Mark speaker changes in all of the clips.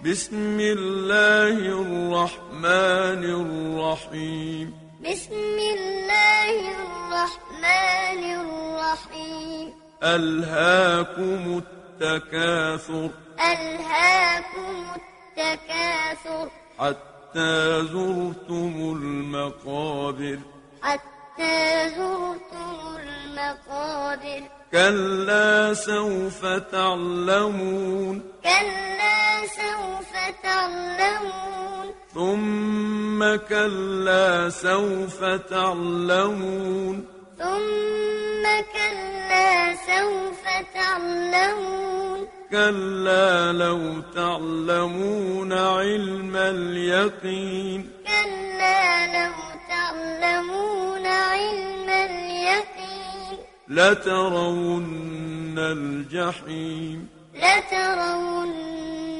Speaker 1: بسم الله الرحمن الرحيم
Speaker 2: بسم الله الرحمن الرحيم
Speaker 1: ألهاكم التكاثر
Speaker 2: ألهاكم التكاثر
Speaker 1: حتى زرتم المقابر
Speaker 2: حتى زرتم المقابر
Speaker 1: كلا سوف تعلمون
Speaker 2: كلا سوف تعلمون
Speaker 1: ثم كلا سوف تعلمون
Speaker 2: ثم كلا سوف تعلمون
Speaker 1: كلا لو تعلمون علم اليقين
Speaker 2: كلا لو تعلمون علم اليقين
Speaker 1: لترون الجحيم
Speaker 2: لترون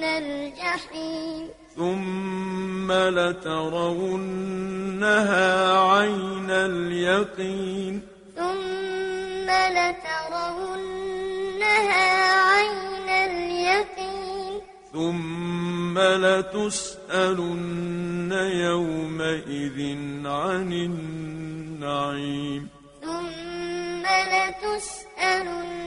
Speaker 2: الجحيم
Speaker 1: ثم لترونها عين اليقين
Speaker 2: ثم لترونها عين اليقين
Speaker 1: ثم لتسألن يومئذ عن النعيم
Speaker 2: ثم لتسألن